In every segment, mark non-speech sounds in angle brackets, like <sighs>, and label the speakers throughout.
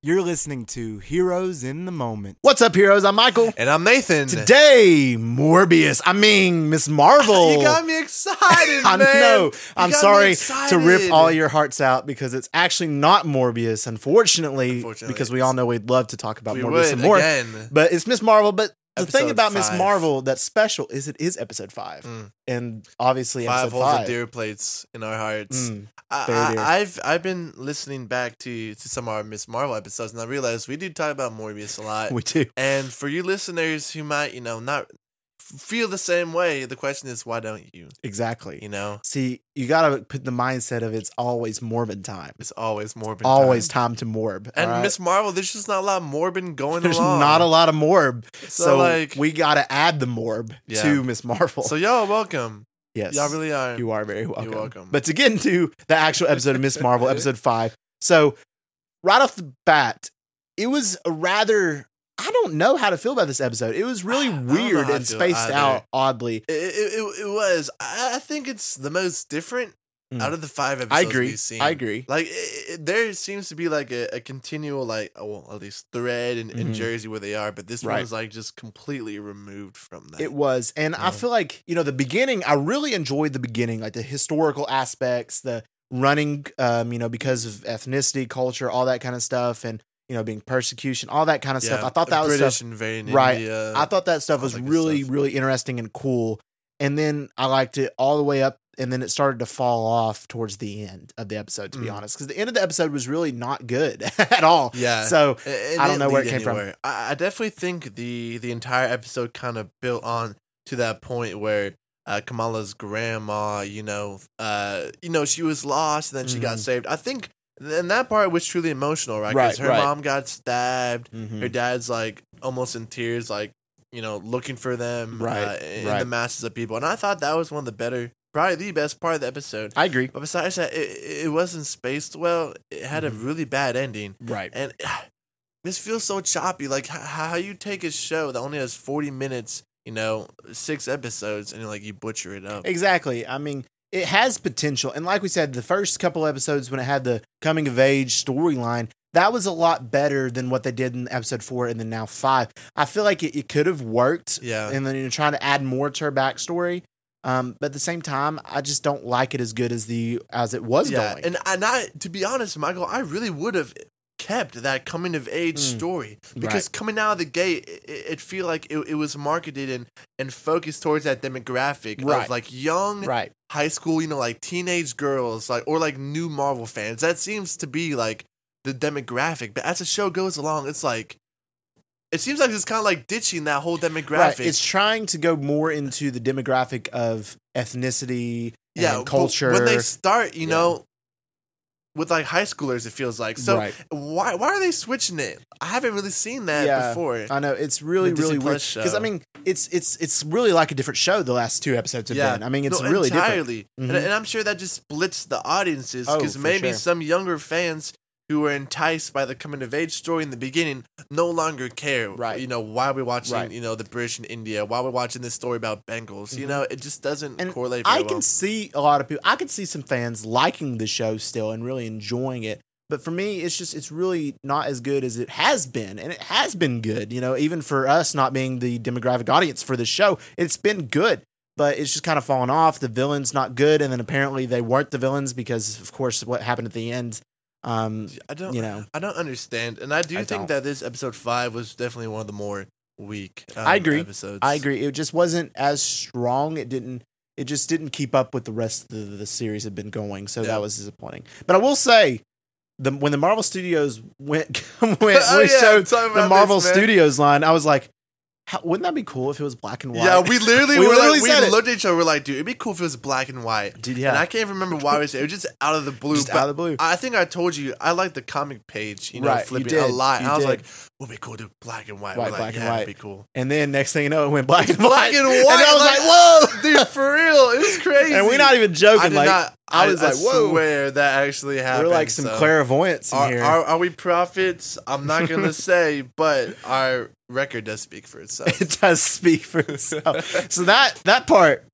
Speaker 1: You're listening to Heroes in the Moment.
Speaker 2: What's up, heroes? I'm Michael.
Speaker 3: And I'm Nathan.
Speaker 2: Today, Morbius. I mean, Miss Marvel.
Speaker 3: <laughs> You got me
Speaker 2: <laughs>
Speaker 3: excited,
Speaker 2: I
Speaker 3: man.
Speaker 2: know.
Speaker 3: You
Speaker 2: I'm
Speaker 3: got me
Speaker 2: sorry to rip
Speaker 3: excited.
Speaker 2: all your hearts out because it's actually not Morbius, unfortunately,
Speaker 3: Unfortunately.
Speaker 2: because we all know we'd love to talk about
Speaker 3: We
Speaker 2: Morbius
Speaker 3: would,
Speaker 2: some more.
Speaker 3: again.
Speaker 2: But it's Miss Marvel. But the thing
Speaker 3: Episode
Speaker 2: about Miss
Speaker 3: five.
Speaker 2: Marvel that's special is it is episode five,
Speaker 3: Mm.
Speaker 2: and obviously
Speaker 3: Five
Speaker 2: episode
Speaker 3: holes
Speaker 2: five.
Speaker 3: of deer plates in our hearts.
Speaker 2: Mm. very
Speaker 3: I,
Speaker 2: dear.
Speaker 3: I, I've I've been listening back to to some of our Miss Marvel episodes, and I realized we do talk about Morbius a lot.
Speaker 2: We do. <laughs>
Speaker 3: and for you listeners who might you know not f- feel the same way, the question is why don't you?
Speaker 2: Exactly.
Speaker 3: You know,
Speaker 2: See, you got to put the mindset of it's always morbid time.
Speaker 3: it's always morbid.
Speaker 2: always
Speaker 3: time.
Speaker 2: time to morb.
Speaker 3: And
Speaker 2: all right?
Speaker 3: Miss Marvel, there's just not a lot of morbid going
Speaker 2: There's
Speaker 3: along.
Speaker 2: not a lot of morb. So,
Speaker 3: So, like,
Speaker 2: we gotta add the morb
Speaker 3: Yeah.
Speaker 2: to Miss Marvel.
Speaker 3: So y'all are welcome.
Speaker 2: yes,
Speaker 3: Y'all really are.
Speaker 2: you are very welcome.
Speaker 3: welcome.
Speaker 2: But to get into the actual episode of Miss Marvel, episode five. So right off the bat, it was a rather I don't know how to feel about this episode. It was really
Speaker 3: I don't know
Speaker 2: weird
Speaker 3: how I
Speaker 2: and
Speaker 3: feel
Speaker 2: spaced
Speaker 3: either.
Speaker 2: out oddly.
Speaker 3: It, it, it, it was. I, I think it's the most different
Speaker 2: Mm.
Speaker 3: out of the five
Speaker 2: I
Speaker 3: episodes
Speaker 2: agree.
Speaker 3: we've seen.
Speaker 2: I agree.
Speaker 3: Like it, it, there seems to be like a, a continual like oh, well at least thread in, in
Speaker 2: Mhm.
Speaker 3: Jersey where they are, but this
Speaker 2: Right.
Speaker 3: one's like just completely removed from that.
Speaker 2: It was. And I
Speaker 3: Yeah.
Speaker 2: feel like, you know, the beginning, I really enjoyed the beginning, like the historical aspects, the running, um, you know, because of ethnicity, culture, all that kind of stuff, and, you know, being persecution, all that kind of stuff.
Speaker 3: Yeah,
Speaker 2: I thought
Speaker 3: the
Speaker 2: that was
Speaker 3: British
Speaker 2: stuff.
Speaker 3: invading
Speaker 2: Right.
Speaker 3: India.
Speaker 2: I thought that stuff
Speaker 3: all
Speaker 2: was
Speaker 3: that good
Speaker 2: really,
Speaker 3: stuff.
Speaker 2: really interesting and cool. And then I liked it all the way up. And then it started to fall off towards the end of the episode, to be
Speaker 3: Mm.
Speaker 2: honest, because the end of the episode was really not good <laughs> at all.
Speaker 3: yeah.
Speaker 2: So
Speaker 3: It-
Speaker 2: I
Speaker 3: it
Speaker 2: don't
Speaker 3: didn't
Speaker 2: know where
Speaker 3: lead
Speaker 2: it came from.
Speaker 3: anywhere. I, I definitely think the the entire episode kind of built on to that point where uh, Kamala's grandma, you know, uh, you know, she was lost and then she got
Speaker 2: Mhm.
Speaker 3: saved. I think and that part was truly emotional, right?
Speaker 2: Right,
Speaker 3: her
Speaker 2: right.
Speaker 3: mom got stabbed.
Speaker 2: Mhm.
Speaker 3: Her dad's like almost in tears, like you know, looking for them,
Speaker 2: Right,
Speaker 3: uh, in
Speaker 2: right.
Speaker 3: the masses of people. And I thought that was one of the better, probably the best part of the episode.
Speaker 2: I agree.
Speaker 3: But besides that, it, it wasn't spaced well. It had
Speaker 2: Mhm.
Speaker 3: a really bad ending
Speaker 2: Right.
Speaker 3: and <sighs> this feels so choppy. Like how, how you take a show that only has forty minutes, you know, six episodes, and like you butcher it up.
Speaker 2: Exactly. I mean, it has potential. And like we said, the first couple episodes when it had the coming of age storyline, that was a lot better than what they did in episode four and then now five. I feel like it, it could have worked.
Speaker 3: Yeah,
Speaker 2: And then you're trying to add more to her backstory. Um, but at the same time, I just don't like it as good as the as it was
Speaker 3: yeah.
Speaker 2: going.
Speaker 3: And and I, to be honest, Michael, I really would have kept that coming of age
Speaker 2: Mm.
Speaker 3: story because coming out of the gate, it, it it feel like it, it was marketed and and focused towards that demographic
Speaker 2: Right.
Speaker 3: of like young
Speaker 2: right.
Speaker 3: high school, you know, like teenage girls, like or like new Marvel fans. That seems to be like the demographic. But as the show goes along, it's like it seems like it's kind of like ditching that whole demographic.
Speaker 2: Right. It's trying to go more into the demographic of ethnicity and
Speaker 3: yeah, but
Speaker 2: culture.
Speaker 3: When they start, you
Speaker 2: Yeah.
Speaker 3: know, with like high schoolers, it feels like. So
Speaker 2: Right.
Speaker 3: why why are they switching it? I haven't really seen that
Speaker 2: Yeah.
Speaker 3: before.
Speaker 2: I know it's really
Speaker 3: The Disney
Speaker 2: really weird
Speaker 3: Plus
Speaker 2: because I
Speaker 3: show.
Speaker 2: mean it's it's it's really like a different show. The last two episodes have
Speaker 3: Yeah.
Speaker 2: been. I mean it's
Speaker 3: No,
Speaker 2: really different.
Speaker 3: entirely,
Speaker 2: Mhm.
Speaker 3: and, and I'm sure that just splits the audiences
Speaker 2: Oh,
Speaker 3: because
Speaker 2: for
Speaker 3: maybe
Speaker 2: sure.
Speaker 3: some younger fans who were enticed by the coming of age story in the beginning no longer care.
Speaker 2: Right.
Speaker 3: You know why we're watching.
Speaker 2: Right.
Speaker 3: You know the British in India. Why we're watching this story about Bengals. You
Speaker 2: Mhm.
Speaker 3: know it just doesn't
Speaker 2: And
Speaker 3: correlate. Very
Speaker 2: I can
Speaker 3: well.
Speaker 2: see a lot of people. I can see some fans liking the show still and really enjoying it. But for me, it's just it's really not as good as it has been, and it has been good. You know, even for us not being the demographic audience for the show, it's been good. But it's just kind of fallen off. The villains not good, and then apparently they weren't the villains because, of course, what happened at the end. Um,
Speaker 3: I don't.
Speaker 2: you know,
Speaker 3: I don't understand, and I do
Speaker 2: I
Speaker 3: think
Speaker 2: don't.
Speaker 3: that this episode five was definitely one of the more weak. Um,
Speaker 2: I agree.
Speaker 3: Episodes.
Speaker 2: I agree. It just wasn't as strong. It didn't. It just didn't keep up with the rest of the, the series had been going. So
Speaker 3: Yeah.
Speaker 2: that was disappointing. But I will say, the when the Marvel Studios went <laughs> went,
Speaker 3: Oh,
Speaker 2: we
Speaker 3: yeah,
Speaker 2: showed
Speaker 3: talking about
Speaker 2: the
Speaker 3: this,
Speaker 2: Marvel
Speaker 3: man.
Speaker 2: Studios line, I was like, How, wouldn't that be cool if it was black and white?
Speaker 3: Yeah, we literally
Speaker 2: We
Speaker 3: were
Speaker 2: literally
Speaker 3: like, we
Speaker 2: said it.
Speaker 3: looked at each other. We're like, dude, it'd be cool if it was black and white.
Speaker 2: <laughs> Dude, yeah.
Speaker 3: And I can't remember why we said it. was just out of the blue.
Speaker 2: Just
Speaker 3: but
Speaker 2: out of the blue.
Speaker 3: I think I told you I like the comic page, you know,
Speaker 2: Right, you
Speaker 3: flipping
Speaker 2: did,
Speaker 3: a lot. And
Speaker 2: you
Speaker 3: I was
Speaker 2: did.
Speaker 3: like, would be cool to do black and white.
Speaker 2: White,
Speaker 3: We're
Speaker 2: black
Speaker 3: like,
Speaker 2: and
Speaker 3: yeah,
Speaker 2: white.
Speaker 3: it'd be cool.
Speaker 2: and then next thing you know, it went black and
Speaker 3: Black
Speaker 2: white.
Speaker 3: and
Speaker 2: <laughs> And I was like,
Speaker 3: white, like, dude, for real, it was
Speaker 2: <laughs>
Speaker 3: crazy.
Speaker 2: and we're not even
Speaker 3: I
Speaker 2: joking.
Speaker 3: did
Speaker 2: Like
Speaker 3: not.
Speaker 2: I was like, whoa.
Speaker 3: swear that actually happened.
Speaker 2: we're like some
Speaker 3: so.
Speaker 2: clairvoyants in
Speaker 3: Are,
Speaker 2: here.
Speaker 3: are, are we prophets? I'm
Speaker 2: <laughs>
Speaker 3: not gonna say, but
Speaker 2: <laughs>
Speaker 3: our record does speak for itself.
Speaker 2: it does speak for itself. so that that part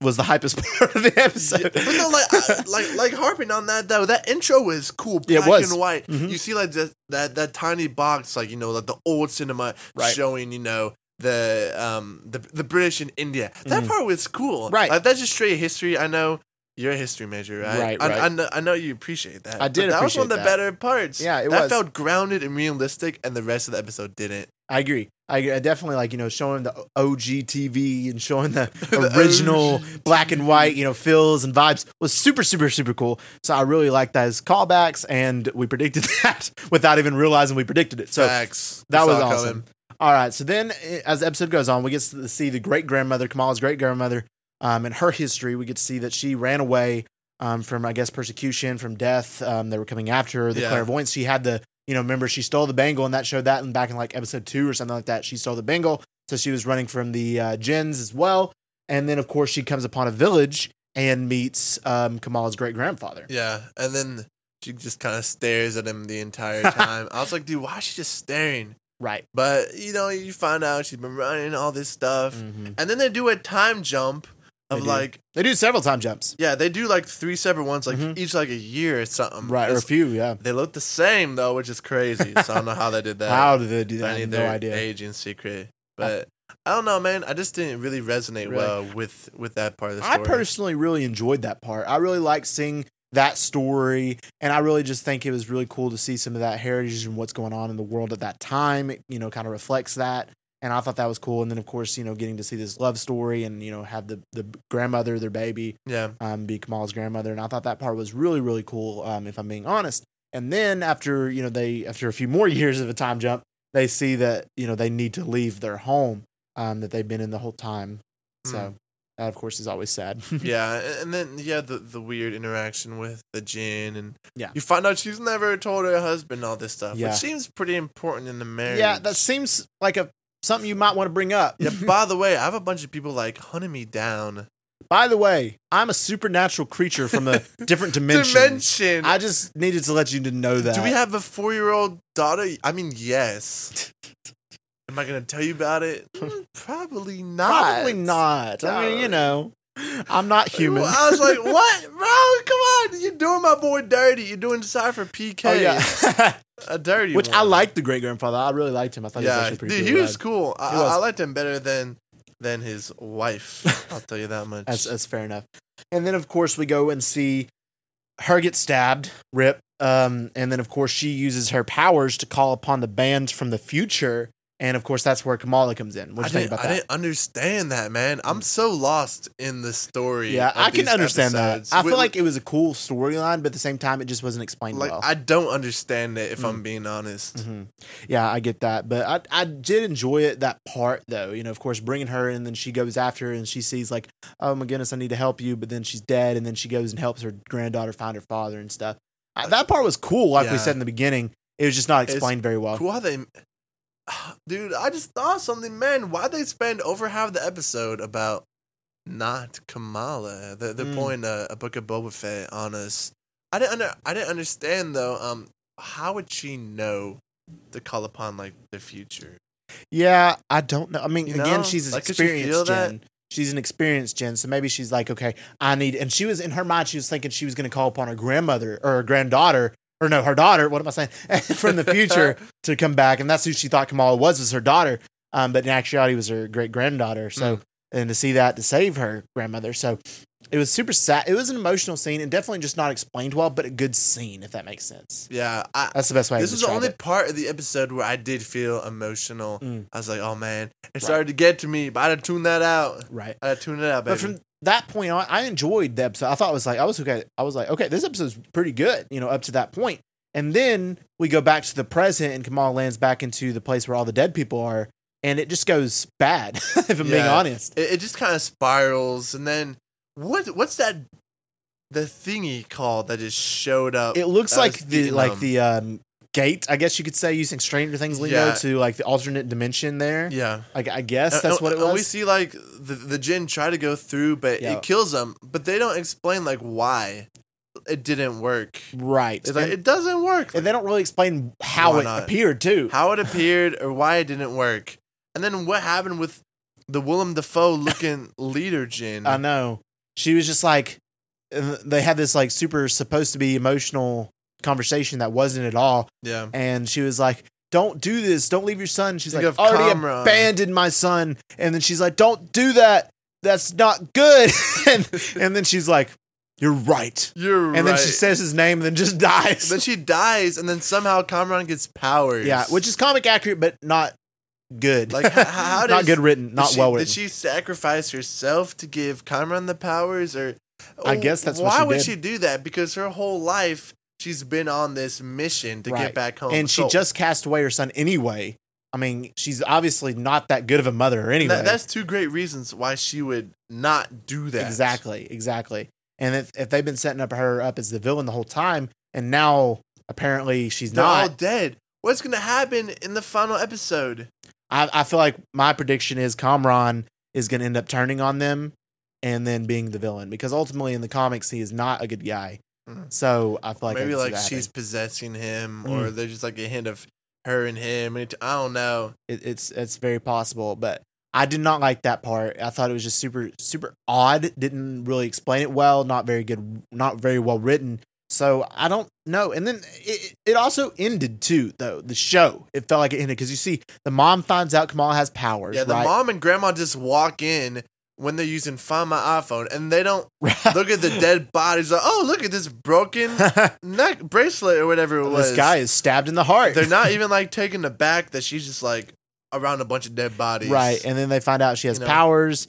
Speaker 2: was the hypest <laughs> part of the episode.
Speaker 3: But no, like, I- like, like harping on that though. That intro is cool, black
Speaker 2: Yeah, it was.
Speaker 3: and white.
Speaker 2: Mhm.
Speaker 3: You see, like that, that that tiny box, like you know, like the old cinema
Speaker 2: Right.
Speaker 3: showing, you know, the um the the British in India. That
Speaker 2: Mhm.
Speaker 3: part was cool,
Speaker 2: Right.
Speaker 3: Like that's just straight history. I know you're a history major, right?
Speaker 2: Right,
Speaker 3: I,
Speaker 2: right.
Speaker 3: I know, I know you appreciate that.
Speaker 2: I did
Speaker 3: But That was one of the
Speaker 2: appreciate that.
Speaker 3: better parts.
Speaker 2: Yeah, it
Speaker 3: that
Speaker 2: was.
Speaker 3: felt grounded and realistic, and the rest of the episode didn't.
Speaker 2: <laughs> I agree. I, agree. I definitely like you know showing the OG TV and showing the,
Speaker 3: <laughs> The
Speaker 2: original
Speaker 3: OG
Speaker 2: black and white you know feels and vibes was super super super cool. So I really liked those callbacks, and we predicted <laughs> that without even realizing we predicted it. So
Speaker 3: Facts.
Speaker 2: that
Speaker 3: It's
Speaker 2: was
Speaker 3: all
Speaker 2: awesome. All right. So then, eh, as the episode goes on, we get to see the great grandmother, Kamala's great grandmother, um, and her history. We get to see that she ran away um, from, I guess, persecution, from death. Um, they were coming after her. The
Speaker 3: Yeah.
Speaker 2: clairvoyance. She had the, you know, remember she stole the bangle, and that showed that in back in like episode two or something like that. She stole the bangle, so she was running from the uh, gens as well. And then, of course, she comes upon a village and meets um, Kamala's great grandfather.
Speaker 3: Yeah, and then she just kind of stares at him the
Speaker 2: <laughs>
Speaker 3: entire time. I was like, dude, why is she just staring?
Speaker 2: Right.
Speaker 3: But you know, you find out she's been running all this stuff,
Speaker 2: Mhm.
Speaker 3: and then they do a time jump
Speaker 2: They
Speaker 3: of
Speaker 2: do.
Speaker 3: like,
Speaker 2: They do several time jumps.
Speaker 3: yeah, they do like three separate ones, like
Speaker 2: Mhm.
Speaker 3: each like a year or something.
Speaker 2: Right. Or a
Speaker 3: It's-
Speaker 2: few. Yeah.
Speaker 3: They look the same though, which is crazy. so I don't know how they did
Speaker 2: <laughs>
Speaker 3: that.
Speaker 2: How did they do
Speaker 3: If
Speaker 2: that? I
Speaker 3: any
Speaker 2: have
Speaker 3: of
Speaker 2: no
Speaker 3: their
Speaker 2: idea.
Speaker 3: age in secret, but. I don't know, man. I just didn't really resonate
Speaker 2: Really?
Speaker 3: well with with that part of the
Speaker 2: I
Speaker 3: story.
Speaker 2: personally really enjoyed that part. I really like seeing that story, and I really just think it was really cool to see some of that heritage and what's going on in the world at that time. It, you know, kind of reflects that, and I thought that was cool. And then, of course, you know, getting to see this love story and you know have the the grandmother, their baby,
Speaker 3: yeah,
Speaker 2: um, be Kamala's grandmother, and I thought that part was really really cool. Um, if I'm being honest. And then after you know they after a few more <laughs> years of a time jump, they see that you know they need to leave their home um, that they've been in the whole time. So
Speaker 3: Mm.
Speaker 2: that of course is always sad. <laughs>
Speaker 3: yeah, a- and then yeah, the the weird interaction with the gin, and
Speaker 2: Yeah.
Speaker 3: you find out she's never told her husband all this stuff,
Speaker 2: Yeah.
Speaker 3: which seems pretty important in the marriage.
Speaker 2: yeah, that seems like a something you might want to bring up. <laughs>
Speaker 3: yeah. By the way, I have a bunch of people like hunting me down.
Speaker 2: By the way, I'm a supernatural creature from <laughs> a different dimension.
Speaker 3: Dimension.
Speaker 2: I just needed to let you to know that.
Speaker 3: Do we have a four year old daughter? I mean,
Speaker 2: <laughs>
Speaker 3: yes. Am I gonna tell you about it? Mm, Probably not.
Speaker 2: probably not? I mean, you know, I'm not human.
Speaker 3: I was like, what, bro? Come on! You're doing my boy dirty. You're doing Cypher
Speaker 2: <laughs>
Speaker 3: PK.
Speaker 2: oh yeah,
Speaker 3: A dirty
Speaker 2: <laughs> which I
Speaker 3: one.
Speaker 2: liked the great grandfather. I really liked him. I thought he was
Speaker 3: yeah,
Speaker 2: actually
Speaker 3: dude,
Speaker 2: pretty
Speaker 3: he
Speaker 2: cool.
Speaker 3: was cool. I,
Speaker 2: He was.
Speaker 3: I liked him better than than his
Speaker 2: <laughs>
Speaker 3: wife. I'll tell you that much.
Speaker 2: That's, that's fair enough. And then, of course, we go and see her get stabbed, rip. Um, and then, of course, she uses her powers to call upon the bands from the future. And of course, that's where Kamala comes in. What
Speaker 3: I
Speaker 2: do you think
Speaker 3: didn't,
Speaker 2: about
Speaker 3: I
Speaker 2: that?
Speaker 3: didn't understand that, man. I'm so lost in the story.
Speaker 2: Yeah,
Speaker 3: of
Speaker 2: I can
Speaker 3: these
Speaker 2: understand
Speaker 3: episodes.
Speaker 2: that. I
Speaker 3: Wi-
Speaker 2: feel like it was a cool storyline, but at the same time, it just wasn't explained
Speaker 3: like
Speaker 2: well.
Speaker 3: I don't understand it if
Speaker 2: Mm.
Speaker 3: I'm being honest.
Speaker 2: Mhm. Yeah, I get that, but I I did enjoy it that part though. You know, of course, bringing her and then she goes after her and she sees like, oh my goodness, I need to help you, but then she's dead, and then she goes and helps her granddaughter find her father and stuff. Uh, that part was cool, like we
Speaker 3: Yeah.
Speaker 2: said in the beginning. It was just not
Speaker 3: It's
Speaker 2: explained very well.
Speaker 3: Cool how they, <sighs> dude. I just thought something, man. Why they spend over half the episode about not Kamala? They're, they're
Speaker 2: Mm.
Speaker 3: pouring uh, a, a book of Boba Fett on us. I didn't under, I didn't understand though. Um, how would she know to call upon like the future?
Speaker 2: Yeah, I don't know. I mean,
Speaker 3: You
Speaker 2: again,
Speaker 3: know?
Speaker 2: she's an
Speaker 3: Like, could she
Speaker 2: experienced
Speaker 3: feel that?
Speaker 2: gen. She's an experienced gen, so maybe she's like, okay, I need. And she was in her mind, she was thinking she was going to call upon her grandmother or her granddaughter, or no, her daughter. What am I saying? <laughs> From the
Speaker 3: <laughs>
Speaker 2: future to come back, and that's who she thought Kamala was, was her daughter. Um, but in actuality, it was her great granddaughter. So,
Speaker 3: Hmm.
Speaker 2: and to see that to save her grandmother, so it was super sad. It was an emotional scene, and definitely just not explained well, but a good scene, if that makes sense.
Speaker 3: Yeah, I,
Speaker 2: That's the best way.
Speaker 3: this
Speaker 2: to
Speaker 3: was the
Speaker 2: describe
Speaker 3: only
Speaker 2: it.
Speaker 3: part of the episode where I did feel emotional.
Speaker 2: Mm.
Speaker 3: I was like, oh man, it started to get to me, but I had to tune that out.
Speaker 2: right.
Speaker 3: I had to tune it out, baby.
Speaker 2: But from that point on, I enjoyed the episode. I thought it was like I was okay. I was like, okay, this episode's pretty good, you know, up to that point. And then we go back to the present, and Kamal lands back into the place where all the dead people are, and it just goes bad. <laughs> if I'm being
Speaker 3: Yeah.
Speaker 2: honest,
Speaker 3: it, it just kind of spirals and then what what's that the thingy called that just showed up
Speaker 2: it looks
Speaker 3: that
Speaker 2: like
Speaker 3: was
Speaker 2: the
Speaker 3: eating
Speaker 2: like
Speaker 3: them?
Speaker 2: the um, gate, I guess you could say, using Stranger Things lingo
Speaker 3: Yeah.
Speaker 2: to like the alternate dimension there.
Speaker 3: yeah
Speaker 2: Like I guess
Speaker 3: And-
Speaker 2: that's what it
Speaker 3: and we
Speaker 2: was.
Speaker 3: see like the the jinn try to go through but
Speaker 2: Yeah.
Speaker 3: it kills them but they don't explain like why it didn't work
Speaker 2: Right,
Speaker 3: it's like
Speaker 2: and,
Speaker 3: it doesn't work
Speaker 2: and they don't really explain how
Speaker 3: Why
Speaker 2: it
Speaker 3: not?
Speaker 2: appeared too.
Speaker 3: how it appeared or why it
Speaker 2: <laughs>
Speaker 3: didn't
Speaker 2: Um,
Speaker 3: work and then what happened with the Willem Dafoe looking leader jinn
Speaker 2: I know. she was just like and they had this like super supposed to be emotional conversation that wasn't at all
Speaker 3: Yeah.
Speaker 2: and she was like don't do this don't leave your son she's
Speaker 3: Think
Speaker 2: like
Speaker 3: of
Speaker 2: already
Speaker 3: Kamran."
Speaker 2: abandoned my son and then she's like don't do that that's not good <laughs> and and then she's like you're right
Speaker 3: You're
Speaker 2: and then she says his name and then just <laughs> dies
Speaker 3: then she dies, and then somehow Kamran gets powers.
Speaker 2: yeah which is comic accurate but not good
Speaker 3: Like, how-
Speaker 2: <laughs>
Speaker 3: how
Speaker 2: not
Speaker 3: does-
Speaker 2: good written not
Speaker 3: did she,
Speaker 2: well written
Speaker 3: Did she sacrifice herself to give Kamran the powers, or oh,
Speaker 2: I guess that's what
Speaker 3: why
Speaker 2: she
Speaker 3: would
Speaker 2: did.
Speaker 3: she do that? Because her whole life she's been on this mission to
Speaker 2: Right.
Speaker 3: get back home,
Speaker 2: and she
Speaker 3: So-
Speaker 2: just cast away her son anyway. I mean, she's obviously not that good of a mother
Speaker 3: that-
Speaker 2: anyway.
Speaker 3: that's two great reasons why she would not do that.
Speaker 2: exactly, exactly. And if, if they've been setting up her up as the villain the whole time, and now apparently she's
Speaker 3: They're all
Speaker 2: not,
Speaker 3: dead. What's gonna happen in the final episode?
Speaker 2: I, I feel like my prediction is Kamran is going to end up turning on them and then being the villain because ultimately in the comics he is not a good guy.
Speaker 3: Mm.
Speaker 2: So I feel like I
Speaker 3: Maybe
Speaker 2: can see
Speaker 3: like
Speaker 2: that happening.
Speaker 3: she's possessing him,
Speaker 2: Mm.
Speaker 3: or there's just like a hint of her and him. and it- I don't know.
Speaker 2: it, it's it's very possible but i did not like that part i thought it was just super super odd didn't really explain it well not very good not very well written so i don't know and then it, it also ended too though the show it felt like it ended because you see the mom finds out kamala has powers
Speaker 3: Yeah,
Speaker 2: <laughs>
Speaker 3: the
Speaker 2: right?
Speaker 3: mom and grandma just walk in when they're using Find My iPhone, and they don't look at the dead bodies. Like, oh, look at
Speaker 2: <laughs>
Speaker 3: this broken neck bracelet or whatever it was.
Speaker 2: this guy is stabbed in the heart
Speaker 3: They're not even like taken aback that she's just like around a bunch of dead bodies.
Speaker 2: right and then they find out she has
Speaker 3: You know.
Speaker 2: powers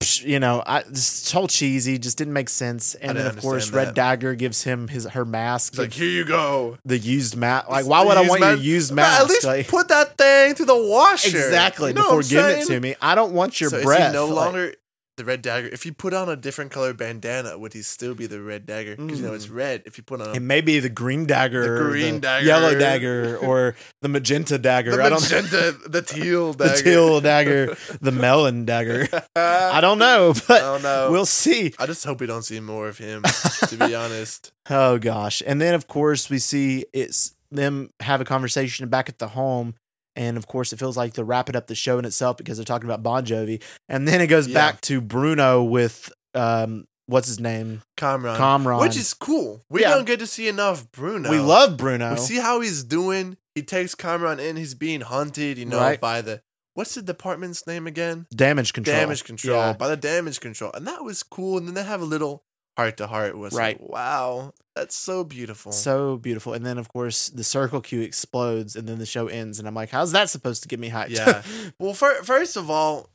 Speaker 2: Psh, you know I, this whole cheesy just didn't make sense and
Speaker 3: didn't
Speaker 2: then of course
Speaker 3: understand
Speaker 2: red
Speaker 3: that.
Speaker 2: dagger gives him his her mask
Speaker 3: It's like here you go.
Speaker 2: the used mask. Like,
Speaker 3: It's
Speaker 2: why
Speaker 3: the
Speaker 2: would I
Speaker 3: used
Speaker 2: want
Speaker 3: ma-
Speaker 2: your used
Speaker 3: But
Speaker 2: mask?
Speaker 3: At least
Speaker 2: Like,
Speaker 3: put that thing through the
Speaker 2: <laughs>
Speaker 3: washer.
Speaker 2: exactly
Speaker 3: You know
Speaker 2: before
Speaker 3: what I'm
Speaker 2: giving it
Speaker 3: saying?
Speaker 2: to me. I don't want your
Speaker 3: So is he
Speaker 2: breath.
Speaker 3: no
Speaker 2: Like,
Speaker 3: longer the red dagger. If you put on a different color bandana, would he still be the red dagger? Because you know
Speaker 2: Mm.
Speaker 3: it's red. If you put on
Speaker 2: it
Speaker 3: a
Speaker 2: may be the green dagger,
Speaker 3: The
Speaker 2: or
Speaker 3: green dagger.
Speaker 2: yellow dagger, or the magenta dagger.
Speaker 3: the
Speaker 2: I don't
Speaker 3: magenta, the teal dagger,
Speaker 2: <laughs> the teal dagger, the melon dagger. I
Speaker 3: <laughs> I
Speaker 2: don't know, but
Speaker 3: don't know.
Speaker 2: we'll see.
Speaker 3: I just hope we don't see more of him. to
Speaker 2: <laughs>
Speaker 3: be honest,
Speaker 2: Oh gosh. And then of course we see it's them have a conversation back at the home. And of course it feels like they're wrapping up the show in itself because they're talking about Bon Jovi. And then it goes
Speaker 3: Yeah.
Speaker 2: back to Bruno with um what's his name?
Speaker 3: Kamran,
Speaker 2: Kamran.
Speaker 3: Uh, which is cool. We
Speaker 2: Yeah.
Speaker 3: don't get to see enough Bruno.
Speaker 2: we love Bruno.
Speaker 3: We see how he's doing. He takes Kamran in. He's being hunted, you know,
Speaker 2: Right.
Speaker 3: by the what's the department's name again?
Speaker 2: damage control.
Speaker 3: Damage control.
Speaker 2: Yeah.
Speaker 3: By the damage control, and that was cool. And then they have a little heart to heart. Was
Speaker 2: Right.
Speaker 3: Like, wow, that's so beautiful.
Speaker 2: So beautiful. And then of course the circle cue explodes and then the show ends. And I'm like, how's that supposed to get me hyped? <laughs>
Speaker 3: Yeah. well, fir- first of all,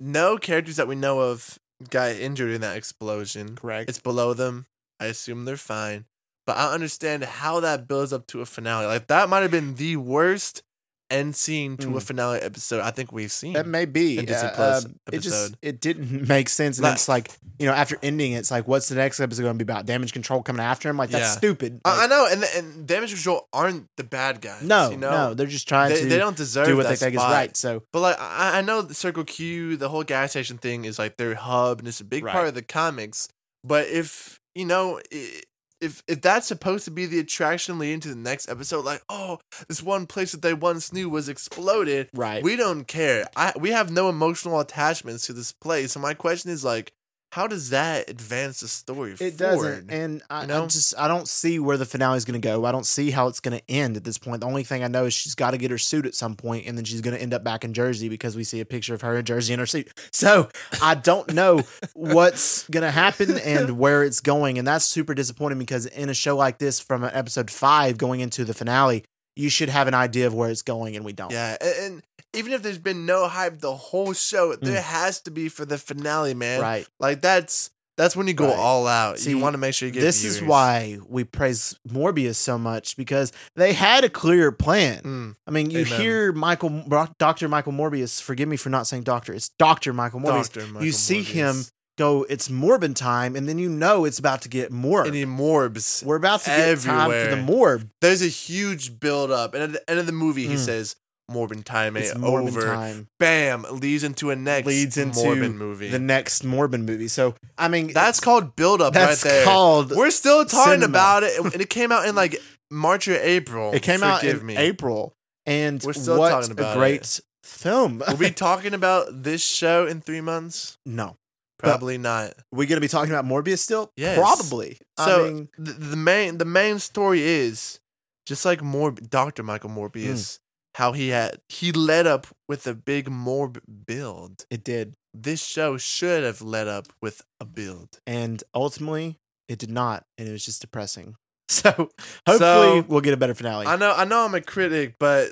Speaker 3: no characters that we know of got injured in that explosion.
Speaker 2: Correct.
Speaker 3: It's below them. I assume they're fine. But I understand how that builds up to a finale. Like that might have been the worst end scene to a
Speaker 2: Mm.
Speaker 3: finale episode I think we've seen.
Speaker 2: That may be.
Speaker 3: a Disney
Speaker 2: Uh,
Speaker 3: Plus
Speaker 2: um, It just
Speaker 3: episode.
Speaker 2: it didn't <laughs> make sense, and
Speaker 3: Like-
Speaker 2: it's like you know, after ending, it's like, what's the next episode going to be about? Damage control coming after him? Like that's
Speaker 3: Yeah.
Speaker 2: stupid.
Speaker 3: I, I
Speaker 2: Like,
Speaker 3: know, and and damage control aren't the bad guys.
Speaker 2: no,
Speaker 3: you know?
Speaker 2: no, they're just trying
Speaker 3: they,
Speaker 2: to
Speaker 3: they don't deserve
Speaker 2: do what
Speaker 3: that
Speaker 2: they think
Speaker 3: spot.
Speaker 2: is right. So
Speaker 3: But like I, I know the Circle Q, the whole gas station thing is like their hub, and it's a big
Speaker 2: Right.
Speaker 3: part of the comics. But if you know, i- if if that's supposed to be the attraction leading to the next episode, like oh, this one place that they once knew was exploded,
Speaker 2: right,
Speaker 3: we don't care. I we have no emotional attachments to this place. So my question is like, how does that advance the story?
Speaker 2: it
Speaker 3: forward?
Speaker 2: doesn't. And I,
Speaker 3: you know?
Speaker 2: I just I don't see where the finale is going to go. I don't see how it's going to end at this point. The only thing I know is she's got to get her suit at some point, and then she's going to end up back in Jersey because we see a picture of her in Jersey in her suit. So I don't
Speaker 3: <laughs>
Speaker 2: know what's going to happen and where it's going. And that's super disappointing because in a show like this, from an episode five going into the finale, you should have an idea of where it's going, and we don't.
Speaker 3: Yeah, a- and, even if there's been no hype the whole show, there has to be for the finale, man.
Speaker 2: Mm. Right.
Speaker 3: Like that's that's when you go
Speaker 2: Right.
Speaker 3: all out.
Speaker 2: See,
Speaker 3: you want to make sure you get.
Speaker 2: This is
Speaker 3: viewers.
Speaker 2: why we praise Morbius so much because they had a clear plan.
Speaker 3: Mm,
Speaker 2: I mean, you
Speaker 3: Amen.
Speaker 2: hear Michael, Doctor Michael Morbius. Forgive me for not saying doctor. It's Doctor Michael Morbius.
Speaker 3: Dr. Michael
Speaker 2: you see
Speaker 3: Morbius.
Speaker 2: him go. It's Morbin time, and then you know it's about to get more.
Speaker 3: and he morbs.
Speaker 2: We're about to get time for the
Speaker 3: everywhere.
Speaker 2: morb.
Speaker 3: There's a huge build up, and at the end of the movie, he
Speaker 2: Mm.
Speaker 3: says, "Morbin time
Speaker 2: It's
Speaker 3: ain't
Speaker 2: Morbin
Speaker 3: over."
Speaker 2: time.
Speaker 3: Bam! Leads into a next
Speaker 2: Leads into
Speaker 3: Morbin movie.
Speaker 2: The next Morbin movie. So I mean,
Speaker 3: that's called build up right
Speaker 2: that's
Speaker 3: there.
Speaker 2: called.
Speaker 3: We're still talking
Speaker 2: cinema.
Speaker 3: about it, and it came out in like March or April.
Speaker 2: It came out
Speaker 3: Forgive
Speaker 2: in
Speaker 3: me.
Speaker 2: April, and
Speaker 3: We're still
Speaker 2: what
Speaker 3: talking about
Speaker 2: a great film.
Speaker 3: We'll be talking about this show in three months.
Speaker 2: <laughs> no,
Speaker 3: Probably not.
Speaker 2: we gonna be talking about Morbius still?
Speaker 3: Yes.
Speaker 2: Probably.
Speaker 3: So
Speaker 2: I mean,
Speaker 3: the, the main the main story is just like Morb Doctor Michael
Speaker 2: Hmm.
Speaker 3: Morbius, how he had he led up with a big Morb build.
Speaker 2: it did,
Speaker 3: This show should have led up with a build. <laughs>
Speaker 2: and ultimately, it did not, and it was just depressing. So hopefully, we'll get a better finale.
Speaker 3: I know I know I'm a critic, but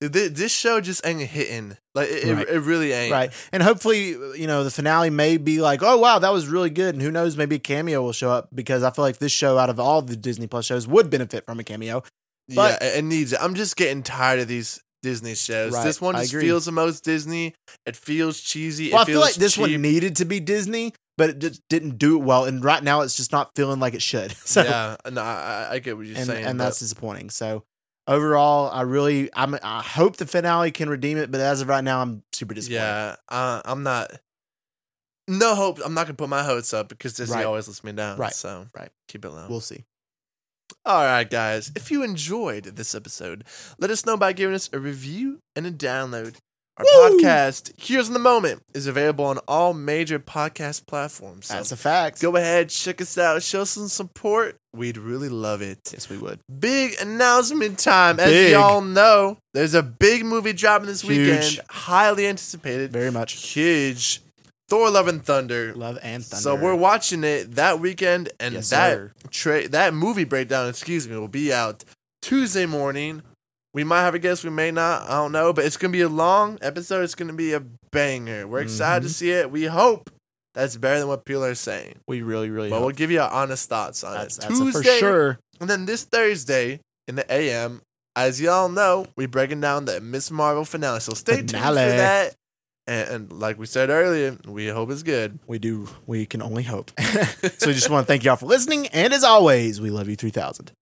Speaker 3: thi- this show just ain't hitting. Like it, it-
Speaker 2: Right.
Speaker 3: it, really ain't.
Speaker 2: Right. And hopefully, you know, the finale may be like, oh, wow, that was really good. And who knows, maybe a cameo will show up because I feel like this show, out of all the Disney Plus shows, would benefit from a cameo. But-
Speaker 3: yeah, it, it needs it. I'm just getting tired of these Disney shows.
Speaker 2: Right,
Speaker 3: This one
Speaker 2: I
Speaker 3: just
Speaker 2: agree.
Speaker 3: feels the most Disney. It feels cheesy.
Speaker 2: Well,
Speaker 3: it
Speaker 2: I feel
Speaker 3: feels
Speaker 2: like this
Speaker 3: cheap.
Speaker 2: one needed to be Disney, but it just didn't do it well. And right now, it's just not feeling like it should. <laughs> So,
Speaker 3: yeah, no, I, I- I get what you're
Speaker 2: and,
Speaker 3: saying,
Speaker 2: and
Speaker 3: but-
Speaker 2: that's disappointing. So, overall, I really, I'm, I hope the finale can redeem it. But as of right now, I'm super disappointed.
Speaker 3: Yeah, uh, I'm not. No hope. I'm not gonna put my hopes up because Disney
Speaker 2: Right.
Speaker 3: always lets me down.
Speaker 2: Right.
Speaker 3: So
Speaker 2: Right.
Speaker 3: keep it low.
Speaker 2: We'll see.
Speaker 3: All right, guys. If you enjoyed this episode, let us know by giving us a review and a download. Our
Speaker 2: Woo!
Speaker 3: podcast, Here's in the Moment, is available on all major podcast platforms. So
Speaker 2: That's a fact.
Speaker 3: go ahead, check us out, show us some support. We'd really love it.
Speaker 2: Yes, we would.
Speaker 3: Big announcement time. As
Speaker 2: Big.
Speaker 3: y'all know, there's a big movie dropping this
Speaker 2: Huge.
Speaker 3: weekend. Highly anticipated.
Speaker 2: Very much.
Speaker 3: Huge. Thor Love and Thunder.
Speaker 2: Love and thunder.
Speaker 3: So we're watching it that weekend and
Speaker 2: Yes,
Speaker 3: that
Speaker 2: sir.
Speaker 3: tra- that movie breakdown, excuse me, will be out Tuesday morning. We might have a guest, we may not, I don't know, but it's gonna be a long episode. It's gonna be a banger. We're excited
Speaker 2: Mm-hmm.
Speaker 3: to see it. We hope that's better than what people are saying.
Speaker 2: we really, really.
Speaker 3: But
Speaker 2: hope.
Speaker 3: we'll give you our honest thoughts on
Speaker 2: That's,
Speaker 3: it.
Speaker 2: that's a for sure.
Speaker 3: And then this Thursday in the AM, as y'all know, we breaking down the Miss Marvel finale. So stay tuned
Speaker 2: Finale.
Speaker 3: for that. And, and like we said earlier, we hope
Speaker 2: <laughs>
Speaker 3: it's good.
Speaker 2: We
Speaker 3: <laughs>
Speaker 2: do. We can only hope. so we just want to thank y'all for listening. And as always, we love you 3000.